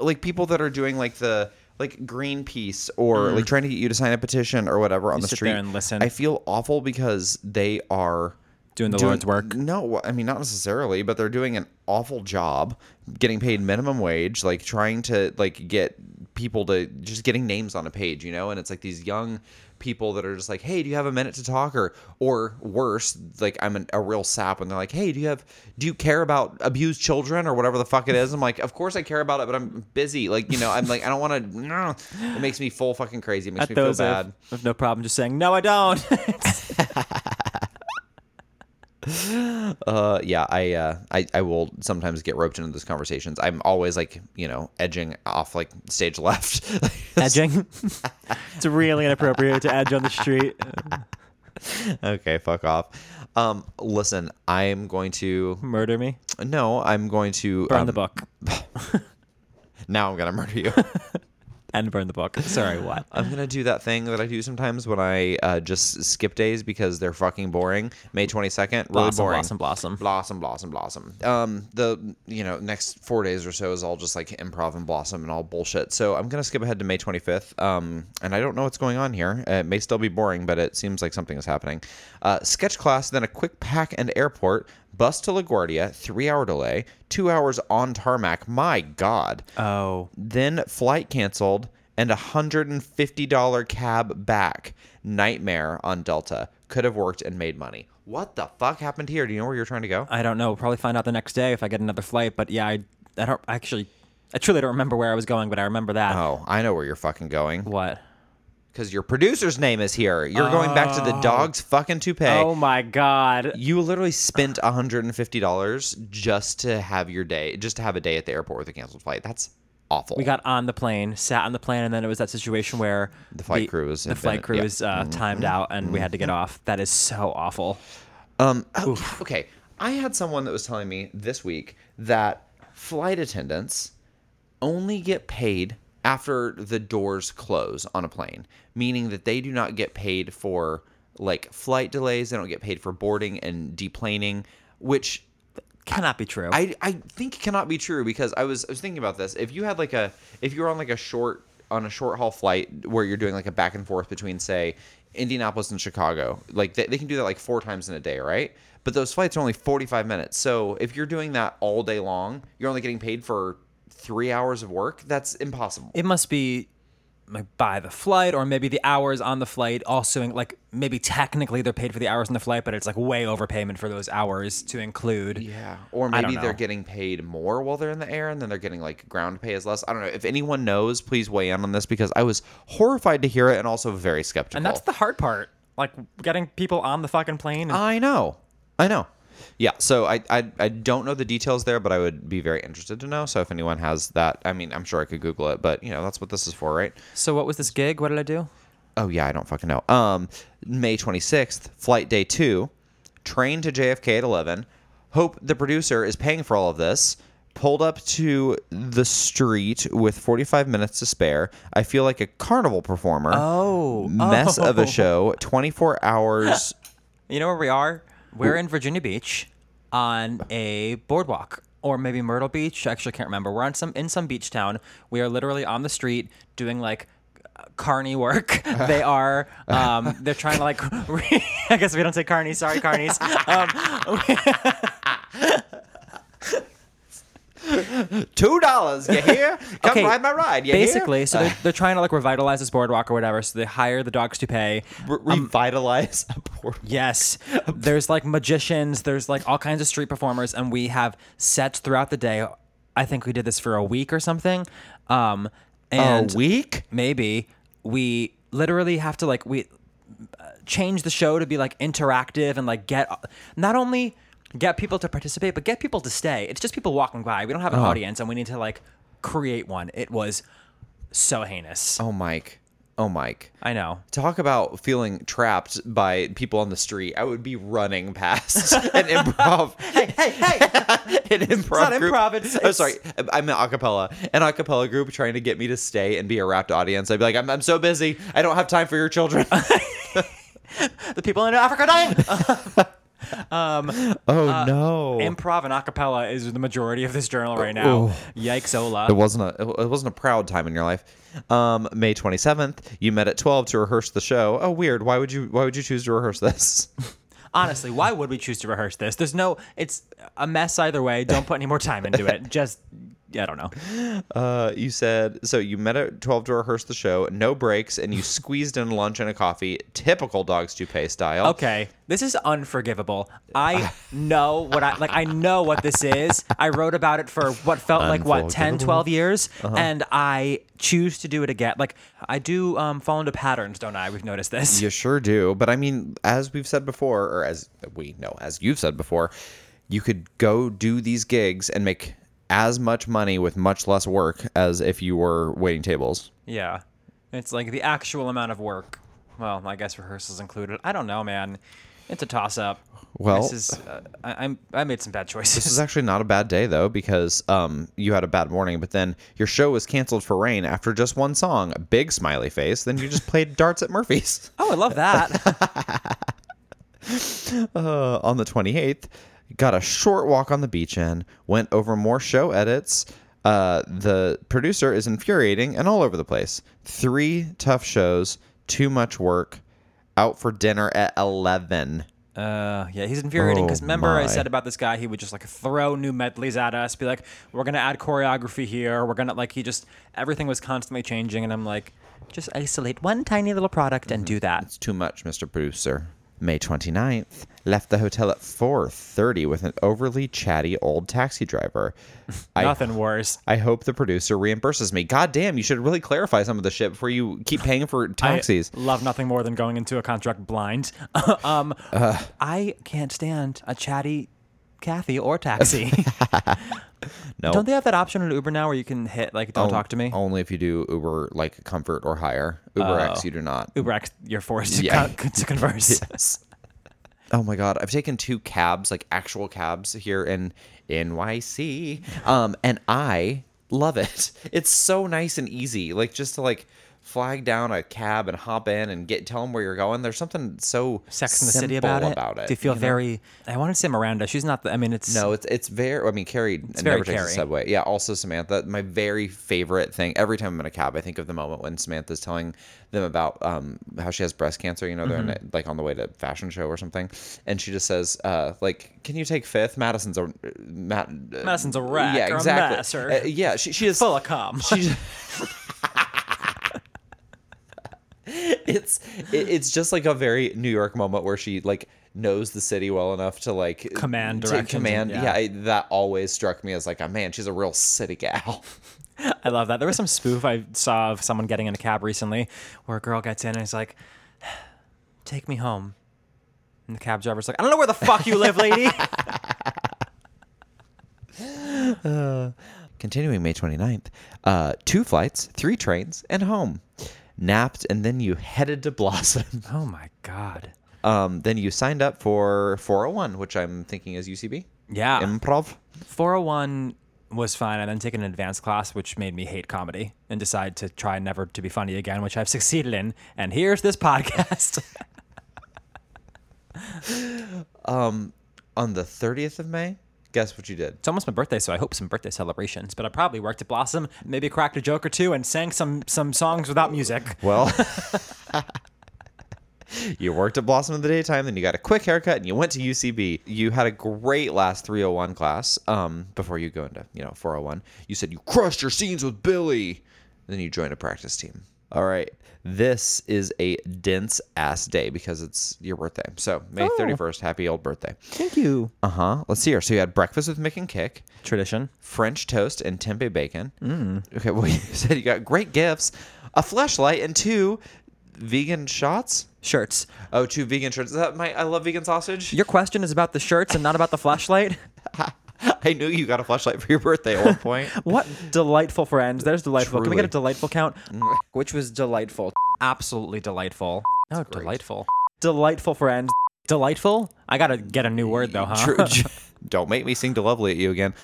like people that are doing like the like greenpeace or
Mm.
like trying to get you to sign a petition or whatever on the
sit
street
there and listen.
i feel awful because they are
Doing the Lord's work.
no, I mean not necessarily, but they're doing an awful job, getting paid minimum wage, like trying to like get people to just getting names on a page, you know. And it's like these young people that are just like, "Hey, do you have a minute to talk?" Or or worse, like I'm an, a real sap, and they're like, "Hey, do you have do you care about abused children or whatever the fuck it is?" I'm like, "Of course I care about it, but I'm busy." Like you know, I'm like I don't want to. No, <laughs> it makes me full fucking crazy. It makes me feel
Those
bad.
have, have no problem just saying no. I don't. <laughs>
Uh, yeah, I, uh, I I will sometimes get roped into those conversations. I'm always like, you know, edging off like stage <laughs> left.
Edging. <laughs> it's really inappropriate to edge on the street.
<laughs> okay, fuck off. Um, listen, I'm going to
Murder me.
no, I'm going to
Burn
um,
the book.
Now I'm gonna
<laughs>
murder you.
And burn the book. Sorry, what?
I'm gonna do that thing that I do sometimes when I uh, just skip days because they're fucking boring. May 22nd, really
Blossom,
boring.
blossom, blossom.
blossom, blossom, blossom. Um, the you know next four days or so is all just like improv and blossom and all bullshit. So I'm gonna skip ahead to May 25th. Um, and I don't know what's going on here. It may still be boring, but it seems like something is happening. Uh, sketch class, then a quick pack and airport. Bus to LaGuardia, three hour delay, two hours on tarmac. My God
Oh,
then flight canceled and a $150 cab back nightmare on delta could have worked and made money what the fuck happened here do you know where you're trying to go
I don't know. We'll probably find out the next day if I get another flight. But yeah, I, I don't actually. I truly don't remember where I was going, but I remember that.
oh i know where you're fucking going
What?
because your producer's name is here you're going back to the dog's fucking toupee
Oh my god.
you literally spent $150 just to have your day just to have a day at the airport with a canceled flight that's awful
We got on the plane, sat on the plane, and then it was that situation where the
flight crew was
the
infinite-
flight crew
yeah. Mm-hmm.
was uh, timed out, and we had to get off. That is so awful.
Okay, Oh, okay. I had someone that was telling me this week that flight attendants only get paid after the doors close on a plane, meaning that they do not get paid for like flight delays, they don't get paid for boarding and deplaning, which
Cannot be true.
I, I think cannot be true because I was I was thinking about this. If you had like a if you were on like a short on a short haul flight where you're doing like a back and forth between say Indianapolis and Chicago, like they, they can do that like four times in a day, right? But those flights are only 45 minutes. So if you're doing that all day long, you're only getting paid for three hours of work. That's impossible.
it must be
like buy the flight or maybe the hours on the flight also in- like maybe technically they're paid for the hours on the flight but it's like way overpayment for those hours to include
Yeah. Or
I don't
maybe they're
know.
getting paid more while they're in the air and then they're getting like ground pay is less. I don't know. If anyone knows, please weigh in on this because I was horrified to hear it and also very skeptical.
and that's the hard part like getting people on the fucking plane and
I know. I know. Yeah, so I, I I don't know the details there, but I would be very interested to know. So if anyone has that, I mean, I'm sure I could Google it, but you know that's what this is for, right?
so what was this gig what did i do
Oh yeah, I don't fucking know. Um, May 26th, flight day two, train to JFK at 11. Hope the producer is paying for all of this. Pulled up to the street with 45 minutes to spare. I feel like a carnival performer.
oh
mess of a show. 24 hours.
You know where we are? We're in Virginia Beach on a boardwalk or maybe Myrtle Beach. I actually can't remember. We're on some in some beach town. We are literally on the street doing like uh, carny work. they are um, they're trying to like <laughs> I guess we don't say carny, sorry carnies. Um,
Two dollars. You
<laughs>
hear? Come
Okay,
ride my ride. You
basically,
hear?
so they're, they're trying to like revitalize this boardwalk or whatever, so they hire the dogs to pay.
Re- revitalize a boardwalk.
Yes. There's like magicians, there's like all kinds of street performers, and we have sets throughout the day. I think we did this for a week or something. Um,
<laughs>
and
a week.
maybe we literally have to like, we uh, change the show to be like interactive and like get not only get people to participate, but get people to stay. It's just people walking by. We don't have an
Uh-huh.
audience, and we need to like create one. It was so heinous.
Oh, Mike. Oh, Mike.
I know.
Talk about feeling trapped by people on the street. I would be running
<laughs>
past an improv. hey, hey, hey! an improv
not
group.
improv, it's-
oh,
it's-
sorry. I'm an acapella. An acapella group trying to get me to stay and be a rapt audience. I'd be like, I'm, I'm so busy. I don't have time for your children.
<laughs> <laughs> The people in Africa dying.
<laughs> oh, no.
Improv Uh, and acapella is the majority of this journal right now.
Oh.
Yikes,
it
Ola.
wasn't a it wasn't a proud time in your life. Um, May twenty seventh, you met at twelve to rehearse the show. Oh, weird. Why would you Why would you choose to rehearse this? <laughs>
Honestly, why would we choose to rehearse this? There's no, it's a mess either way. Don't put any more time into it. Just, I don't know.
Uh, you said so. You met at twelve to rehearse the show. No breaks, and you squeezed in lunch and a coffee. Typical dogs do pay style.
Okay, this is unforgivable. I know what I like. I know what this is. I wrote about it for what felt like what 10, 12 years, and I choose to do it again. Like I do um, fall into patterns, don't I? We've noticed this.
You sure do. But I mean, as we've said before, or as we know, as you've said before, you could go do these gigs and make as much money with much less work as if you were waiting tables.
Yeah. It's like the actual amount of work. Well, I guess rehearsals included. I don't know, man. It's a toss up.
Well-
this is uh, I, I'm I made some bad choices.
This is actually not a bad day though, because um, you had a bad morning, but then your show was canceled for rain after just one song, a big smiley face. Then you just played darts at Murphy's.
<laughs>
<laughs>
oh, I love that.
Uh, on the 28th, got a short walk on the beach in, went over more show edits. Uh, the producer is infuriating and all over the place. Three tough shows, too much work, out for dinner at 11.
uh, yeah, he's infuriating because
Oh,
remember I
my.
said about this guy, he would just like throw new medleys at us, be like, "We're gonna add choreography here. We're gonna like." He just everything was constantly changing, and I'm like, just isolate one tiny little product
Mm-hmm.
and do that.
It's too much, Mr. Producer. May 29th, left the hotel at 4:30 with an overly chatty old taxi
<laughs>
driver. I,
Nothing worse.
I hope the producer reimburses me. God damn, you should really clarify some of the shit before you keep paying for
I
taxis.
love nothing more than going into a contract blind. <laughs> um,
Uh.
I can't stand a chatty Kathy
<laughs>
or taxi. <laughs>
no.
Don't they have that option on Uber now where you can hit like don't
On-
talk to me?
Only if you do Uber like comfort or higher. Uber
Oh.
X you do not.
Uber X, you're forced to,
Yeah.
con- <laughs>
<laughs>
to converse.
Oh my god, I've taken two cabs, like actual cabs here in NYC. Um and I love it. <laughs> It's so nice and easy. Like just to like flag down a cab and hop in and get tell them where you're going. There's something so
Sex in the City
simple
about it. Do you feel
know?
very? I wanted to say Miranda. She's not. The, I mean, it's
No, it's it's very. I mean, Carrie
very
never takes the
Carrie.
subway. Yeah. Also, Samantha, my very favorite thing. Every time I'm in a cab, I think of the moment when Samantha's telling them about um how she has breast cancer. You know, they're in
Mm-hmm.
it like on the way to fashion show or something, and she just says, uh, like, "Can you take fifth? Madison's a Matt.
Madison's a wreck
Yeah,
or a
exactly.
mess or-
<laughs> Uh, yeah, she she is
full of cum.
She's it's it, it's just like a very New York moment where she like knows the city well enough to like
Command
to
directions and-
Command, yeah,
yeah.
I, that always struck me as like, oh man, she's a real city gal.
<laughs> I love that. There was some spoof I saw of someone getting in a cab recently where a girl gets in and is like, take me home. And the cab driver's like, I don't know where the fuck you
<laughs>
live, lady.
<laughs> Continuing May 29th, uh, two flights, three trains, and home. Napped, and then you headed to Blossom. <laughs>
oh my God.
Um, then you signed up for 401, which I'm thinking is UCB. Ah.
Yeah.
Improv.
401 was fine. I then took an advanced class, which made me hate comedy and decide to try never to be funny again, which I've <laughs> succeeded in. And here's this <laughs> podcast.
On the 30th of May, guess what you did?
it's almost my birthday, so I hope some birthday celebrations. But I probably worked at Blossom, maybe cracked a joke or two, and sang some some songs without music.
Well, <laughs> you worked at Blossom in the daytime, then you got a quick haircut, and you went to UCB. You had a great last 301 class um, before you go into, you know, 401. You said you crushed your scenes with Billy. Then you joined a practice team. All right. This is a dense ass day because it's your birthday. So, May 31st, happy old birthday.
Thank you.
Uh huh. Let's see here. So, you had breakfast with Mick and Kick.
Tradition.
French toast and tempeh bacon. Okay, <laughs> well, you said you got great gifts, a flashlight, and two vegan shots.
Shirts.
Oh, two vegan shirts. Is that my I love vegan sausage?
Your question is about the shirts and not about the flashlight. <laughs>
<laughs> I knew you got a flashlight for your birthday at one point.
What delightful friends. There's delightful. Can we get a
Truly.
delightful count? <laughs> Which was delightful. Absolutely delightful. Oh, delightful. Delightful friends. Delightful? I gotta get a new word though, huh?
True.
<laughs>
<laughs> Don't make me sing to lovely at you again.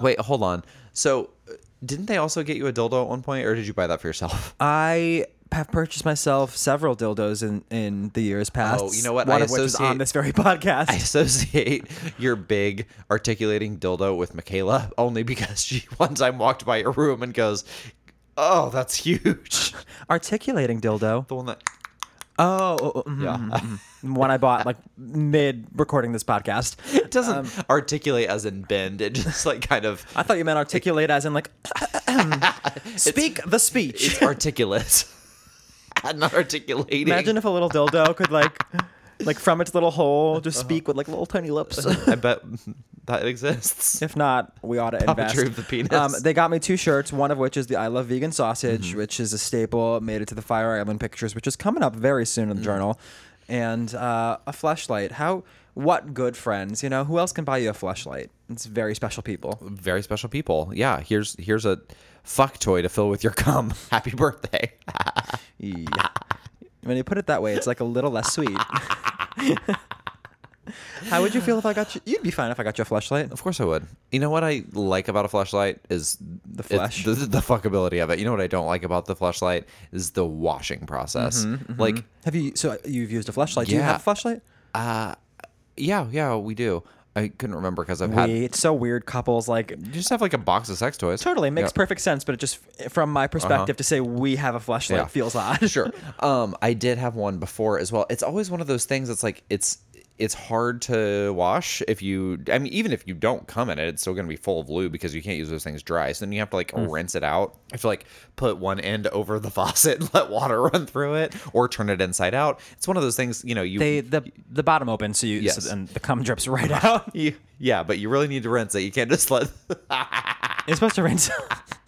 Wait, hold on. So, uh, didn't they also get you a dildo at one point, or did you buy that for yourself? <laughs>
I have purchased myself several dildos in, in the years past.
Oh, you know what?
One
I
of which is
associate-
on this very podcast.
I associate your big articulating dildo with Michaela only because she <laughs> one time walked by your room and goes, "Oh, that's huge."
<laughs>
<laughs>
Articulating dildo.
The one that
Oh, oh, oh,
<laughs>
mhm,
Yeah.
mhm. one I bought like mid recording this podcast.
It doesn't articulate as in bend. It just like kind <laughs> of
I thought you meant articulate as
<laughs>
in like <clears throat> speak the speech.
it's articulate. <laughs> Not articulating.
Imagine if a little dildo could like, like from its little hole, just
Uh-huh.
speak with like little
<laughs>
tiny lips.
I bet that <laughs> exists.
if not, we ought to invest.
Puppetry of the penis.
Um, they got me two shirts. One of which is the I love vegan sausage,
Mm-hmm.
which is a staple. Made it to the Fire Island pictures, which is coming up very soon in
Mm.
the journal, and uh, a flashlight. How? What good friends? You know who else can buy you a flashlight? It's very special people.
Very special people. Yeah, here's here's a fuck toy to fill with your cum. <laughs> Happy birthday.
Yeah. when you put it that way, it's like a little less sweet. <laughs> How would you feel if I got you? You'd be fine if I got you a flashlight.
Of course I would. You know what I like about a flashlight is the
flesh.
the, the fuckability of it. You know what I don't like about the flashlight is the washing process. Like
Have you? So uh, you've used a flashlight. Do you
Yeah.
have a flashlight?
yeah, yeah, we do. I couldn't remember because I've had
We, it's so weird. Couples like
you just have like a box of sex toys.
totally makes
Yeah.
perfect sense, but it just from my perspective to say we have a flashlight
Uh-huh. Yeah.
feels odd.
<laughs>
<laughs>
sure. Um, I did have one before as well. It's always one of those things that's like it's it's hard to wash if you I mean even if you don't come in it, it's still gonna be full of lube because you can't use those things dry. So then you have to like
Mm.
rinse it out. I have to like put one end over the <laughs> faucet and let water run through it or turn it inside out. It's one of those things, you know, you
They the the bottom open, so you
Yes.
and the cum drips right
<laughs>
out.
you- yeah, but you really need to rinse it. You can't just let <laughs>
You're supposed to rinse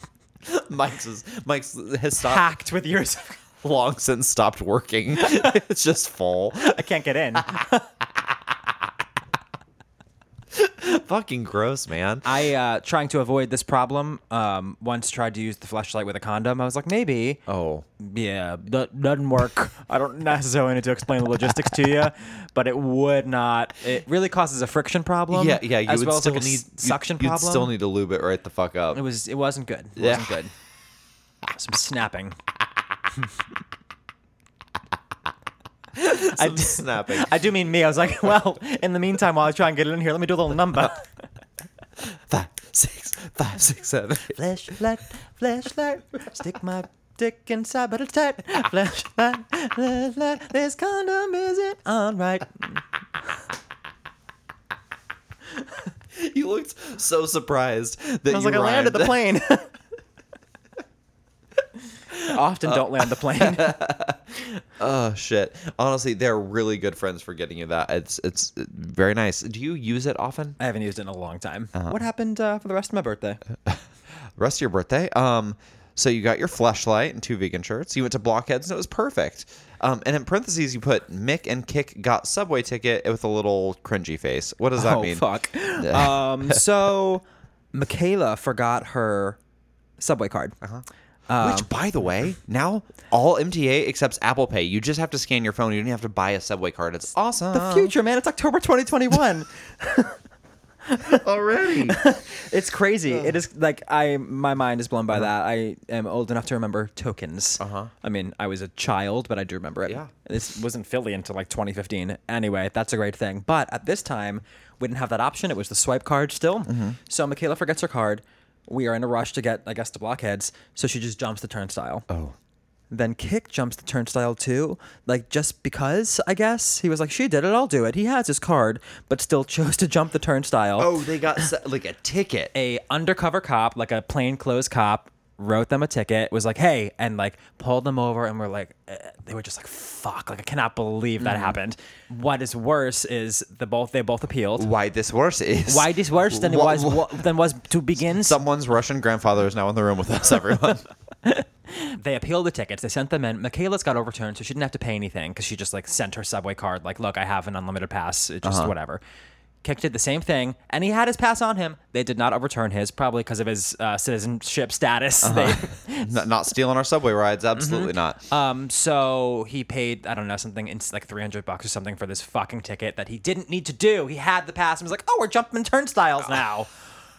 <laughs>
Mike's is, Mike's has stopped
packed with yours.
<laughs> long since stopped working. <laughs> it's just full.
I can't get in.
Fucking gross, man.
I uh, trying to avoid this problem. Um, once tried to use the flashlight with a condom. I was like, maybe.
oh.
Yeah, that doesn't work. <laughs> I don't necessarily need to explain the logistics to you, but it would not. It really causes a friction problem.
Yeah, yeah. You
as
would
well
still
as like a
need
s- suction
you'd,
problem.
You'd still need to lube it right the fuck
<laughs>
up.
It was. It wasn't good. It
Yeah.
wasn't good. Some snapping.
Some snapping.
I do mean me. I was like, <laughs> well, in the meantime, while I try and get it in here, let me do a little number.
<laughs> Five, six, five, six, seven. <laughs>
flashlight, flashlight, stick my dick inside, but it's tight. Flashlight, flashlight, this condom isn't on right.
You looked so surprised that
I was
you
like, I landed the
rhymed. <laughs>
plane. Often don't land the plane.
<laughs> Oh shit! Honestly, they're really good friends for getting you that. It's it's very nice. Do you use it often?
I haven't used it in a long time.
Uh-huh.
What happened uh, for the rest of my birthday?
rest of your birthday. Um, so you got your flashlight and two vegan shirts. You went to Blockheads and it was perfect. Um, and in parentheses, you put Mick and Kick got subway ticket with a little cringy face. What does that
oh
mean?
fuck.
<laughs>
um, so Michaela forgot her subway card. Uh-huh.
Which, by the way, now all MTA accepts Apple Pay. You just have to scan your phone. You don't even have to buy a subway card. It's awesome.
The future, man. It's October 2021.
<laughs> already.
<laughs>
Uh.
it's crazy. It is like I my mind is blown
Uh-huh.
by that. I am old enough to remember tokens. Uh-huh. I mean, I was a child, but I do remember it.
Yeah.
This wasn't Philly until like 2015. Anyway, that's a great thing. But at this time, we didn't have that option. It was the swipe card still.
Mm-hmm.
So Michaela forgets her card. We are in a rush to get, I guess, to blockheads. So she just jumps the turnstile. Oh. Then Kick jumps the turnstile too, like just because, I guess. He was like, she did it, I'll do it. He has his card, but still <laughs> chose to jump the turnstile
oh, they got se- like a ticket.
a undercover cop, like a plainclothes cop, wrote them a ticket, was like, "Hey," and like pulled them over, and we're like, eh, they were just like, "Fuck!" Like I cannot believe that happened. What is worse is the both they both appealed.
Why this worse is
Why this worse than it
Wha-
was
wha-
than was to
<laughs>
begin?
someone's Russian grandfather is now in the room with us.
<laughs>
Everyone.
they appealed the tickets. They sent them in. Michaela's got overturned, so she didn't have to pay anything because she just like sent her subway card. Like, look, I have an unlimited pass. It just whatever. Kick did the same thing, and he had his pass on him. They did not overturn his, probably because of his uh, citizenship status. They
not, not stealing our subway rides.
Mm-hmm.
Absolutely not.
Um, so he paid, I don't know, something it's like 300 bucks or something for this fucking ticket that he didn't need to do. He had the pass and was like, oh, we're jumping turnstiles now.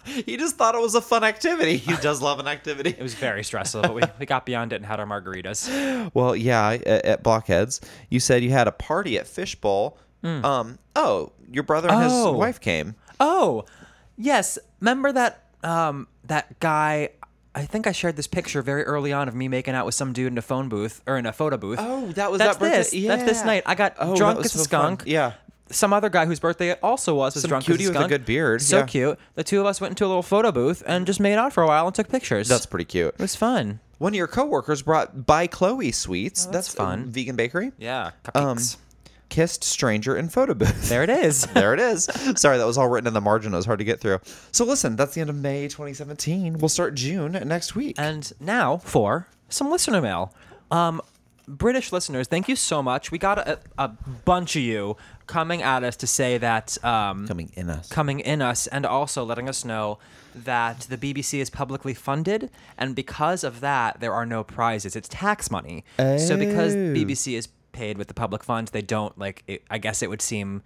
He just thought it was a fun activity.
<laughs>
He does love an activity.
It was very stressful, but we, we got beyond it and had our margaritas.
Well, yeah, I- at, at Blockheads, you said you had a party at Fishbowl. Um, oh, your brother and
Hmm. Oh.
his wife came.
Oh, yes. Remember that, um, that guy, I think I shared this picture very early on of me making out with some dude in a phone booth or in a photo booth.
Oh, that was
That's
that birthday-
this. That's this
yeah.
night. I got
Oh,
drunk
that was
as a
so fun.
skunk.
Yeah.
some other guy whose birthday it also was was
Some
drunk
cutie
as a
with a
skunk.
good beard,
So
yeah.
cute. The two of us went into a little photo booth and just made out for a while and took pictures.
That's pretty cute.
It was fun.
One of your coworkers brought by Chloe sweets. Oh, that's,
fun.
a vegan bakery.
Yeah.
Um, kissed stranger in photo booth.
there
<laughs>
it is.
there it is. Sorry, that was all written in the margin. It was hard to get through. So listen, that's the end of May 2017. We'll start June next week.
and now for some listener mail. Um, British listeners, thank you so much. We got a, a bunch of you coming at us to say that um,
Coming in us.
coming in us and also letting us know that the BBC is publicly funded and because of that there are no prizes it's tax money so because BBC is paid with the public funds they don't like it, I guess it would seem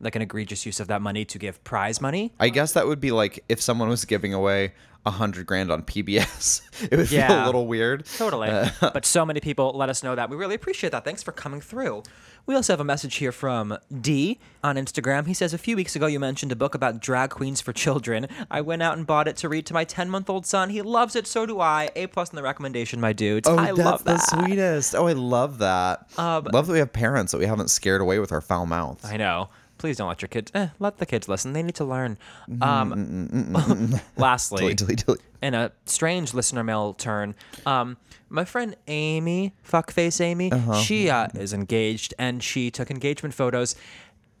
like an egregious use of that money to give prize money
I guess that would be like if someone was giving away a hundred grand on PBS. <laughs> it would feel
Yeah.
a little weird. Uh,
Totally.
<laughs>
but so many people let us know that. We really appreciate that. Thanks for coming through. We also have a message here from D on Instagram. He says, A few weeks ago, you mentioned a book about drag queens for children. I went out and bought it to read to my 10 month old son. He loves it. So do I. A plus in the recommendation, my dudes.
Oh,
I
that's
love
the
that.
sweetest. Oh, I love that. love that we have parents that we haven't scared away with our foul mouths.
I know. Please don't let your kids. Eh, let the kids listen. They need to learn.
Mm-hmm,
Um, <laughs> lastly,
Delete, delete, delete.
in a strange listener mail turn, um, my friend Amy, fuckface Amy,
Uh-huh.
she uh, is engaged and she took engagement photos.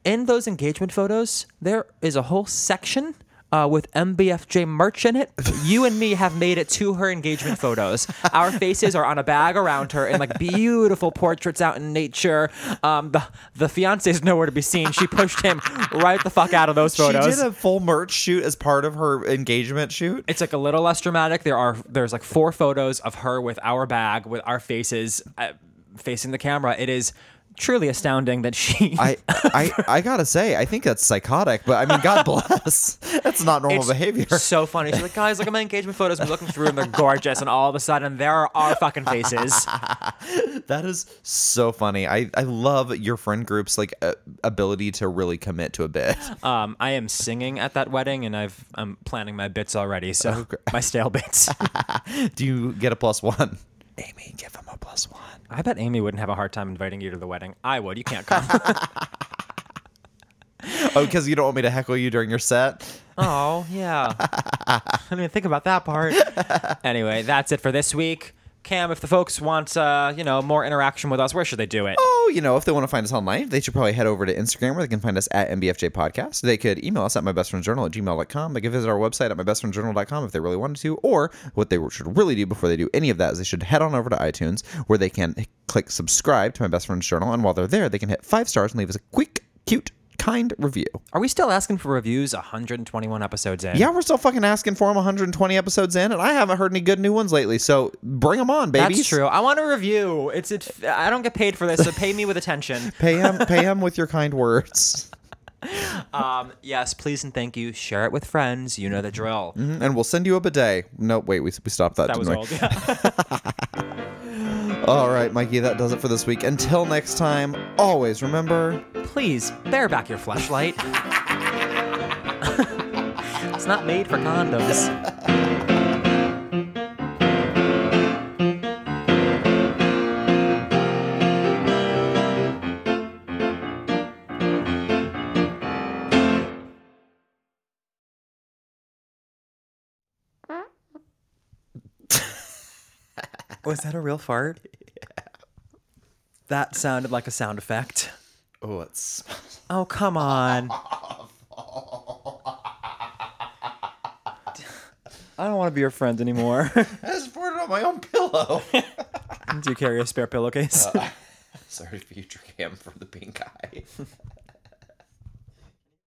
In those engagement photos, there is a whole section uh, with MBFJ merch in it. You and me have made it to her engagement photos. Our faces are on a bag around her and like beautiful portraits out in nature. Um, the the fiance is nowhere to be seen. She pushed him right the fuck out of those photos.
She did a full merch shoot as part of her engagement shoot.
It's like a little less dramatic. There are there's like four photos of her with our bag, with our faces uh, facing the camera. It is truly astounding that she.
I, I I gotta say, I think that's psychotic, but I mean, <laughs> God bless. That's not normal
<laughs> it's
behavior.
So funny. She's like, guys, look at my engagement photos. We're looking through them. They're gorgeous, and all of a sudden, there are our
<laughs>
fucking faces.
<laughs> That is so funny. I, I love your friend group's like uh, ability to really commit to a <laughs> bit.
Um, I am singing at that wedding, and I've I'm planning my bits already. So
Oh,
<laughs> my
<laughs>
stale bits.
Do you get a plus one? Amy, give him a plus one.
I bet Amy wouldn't have a hard time inviting you to the wedding. I would. You can't come.
Oh, because you don't want me to heckle you during your set.
<laughs> Oh, yeah. I didn't even think about that part. anyway, that's it for this week. Cam, if the folks want, uh, you know, more interaction with us, where should they do it?
Oh, you know, if they want to find us online, they should probably head over to Instagram where they can find us at MBFJ Podcast. They could email us at mybestfriendjournal at gmail.com. They could visit our website at mybestfriendjournal.com if they really wanted to. Or what they should really do before they do any of that is they should head on over to iTunes where they can h- click subscribe to My Best Friend's Journal. And while they're there, they can hit five stars and leave us a quick, cute, kind review.
Are we still asking for reviews 121 episodes in?
Yeah, we're still fucking asking for them 120 episodes in, and I haven't heard any good new ones lately. So bring them on, baby.
That's true. I want a review. It's it. I don't get paid for this, so pay me with attention.
Pay him, pay him with your kind words. <laughs>
Um, yes, please and thank you. Share it with friends. You know the drill.
Mm-hmm. and we'll send you a bidet. No, wait, we, we stopped that.
That
didn't
was
we?
old. <laughs>
All right, Mikey, that does it for this week. Until next time, always remember.
please bear back your flashlight. <laughs> it's not made for condoms. <laughs> Was Oh, that a real fart? That sounded like a sound effect.
Oh, it's. <laughs>
Oh, come <laughs> on. I don't want to be your friend anymore. <laughs>
I just poured it on my own <laughs> pillow.
Uh, Do you carry a spare pillowcase?
Sorry, future cam for the pink eye.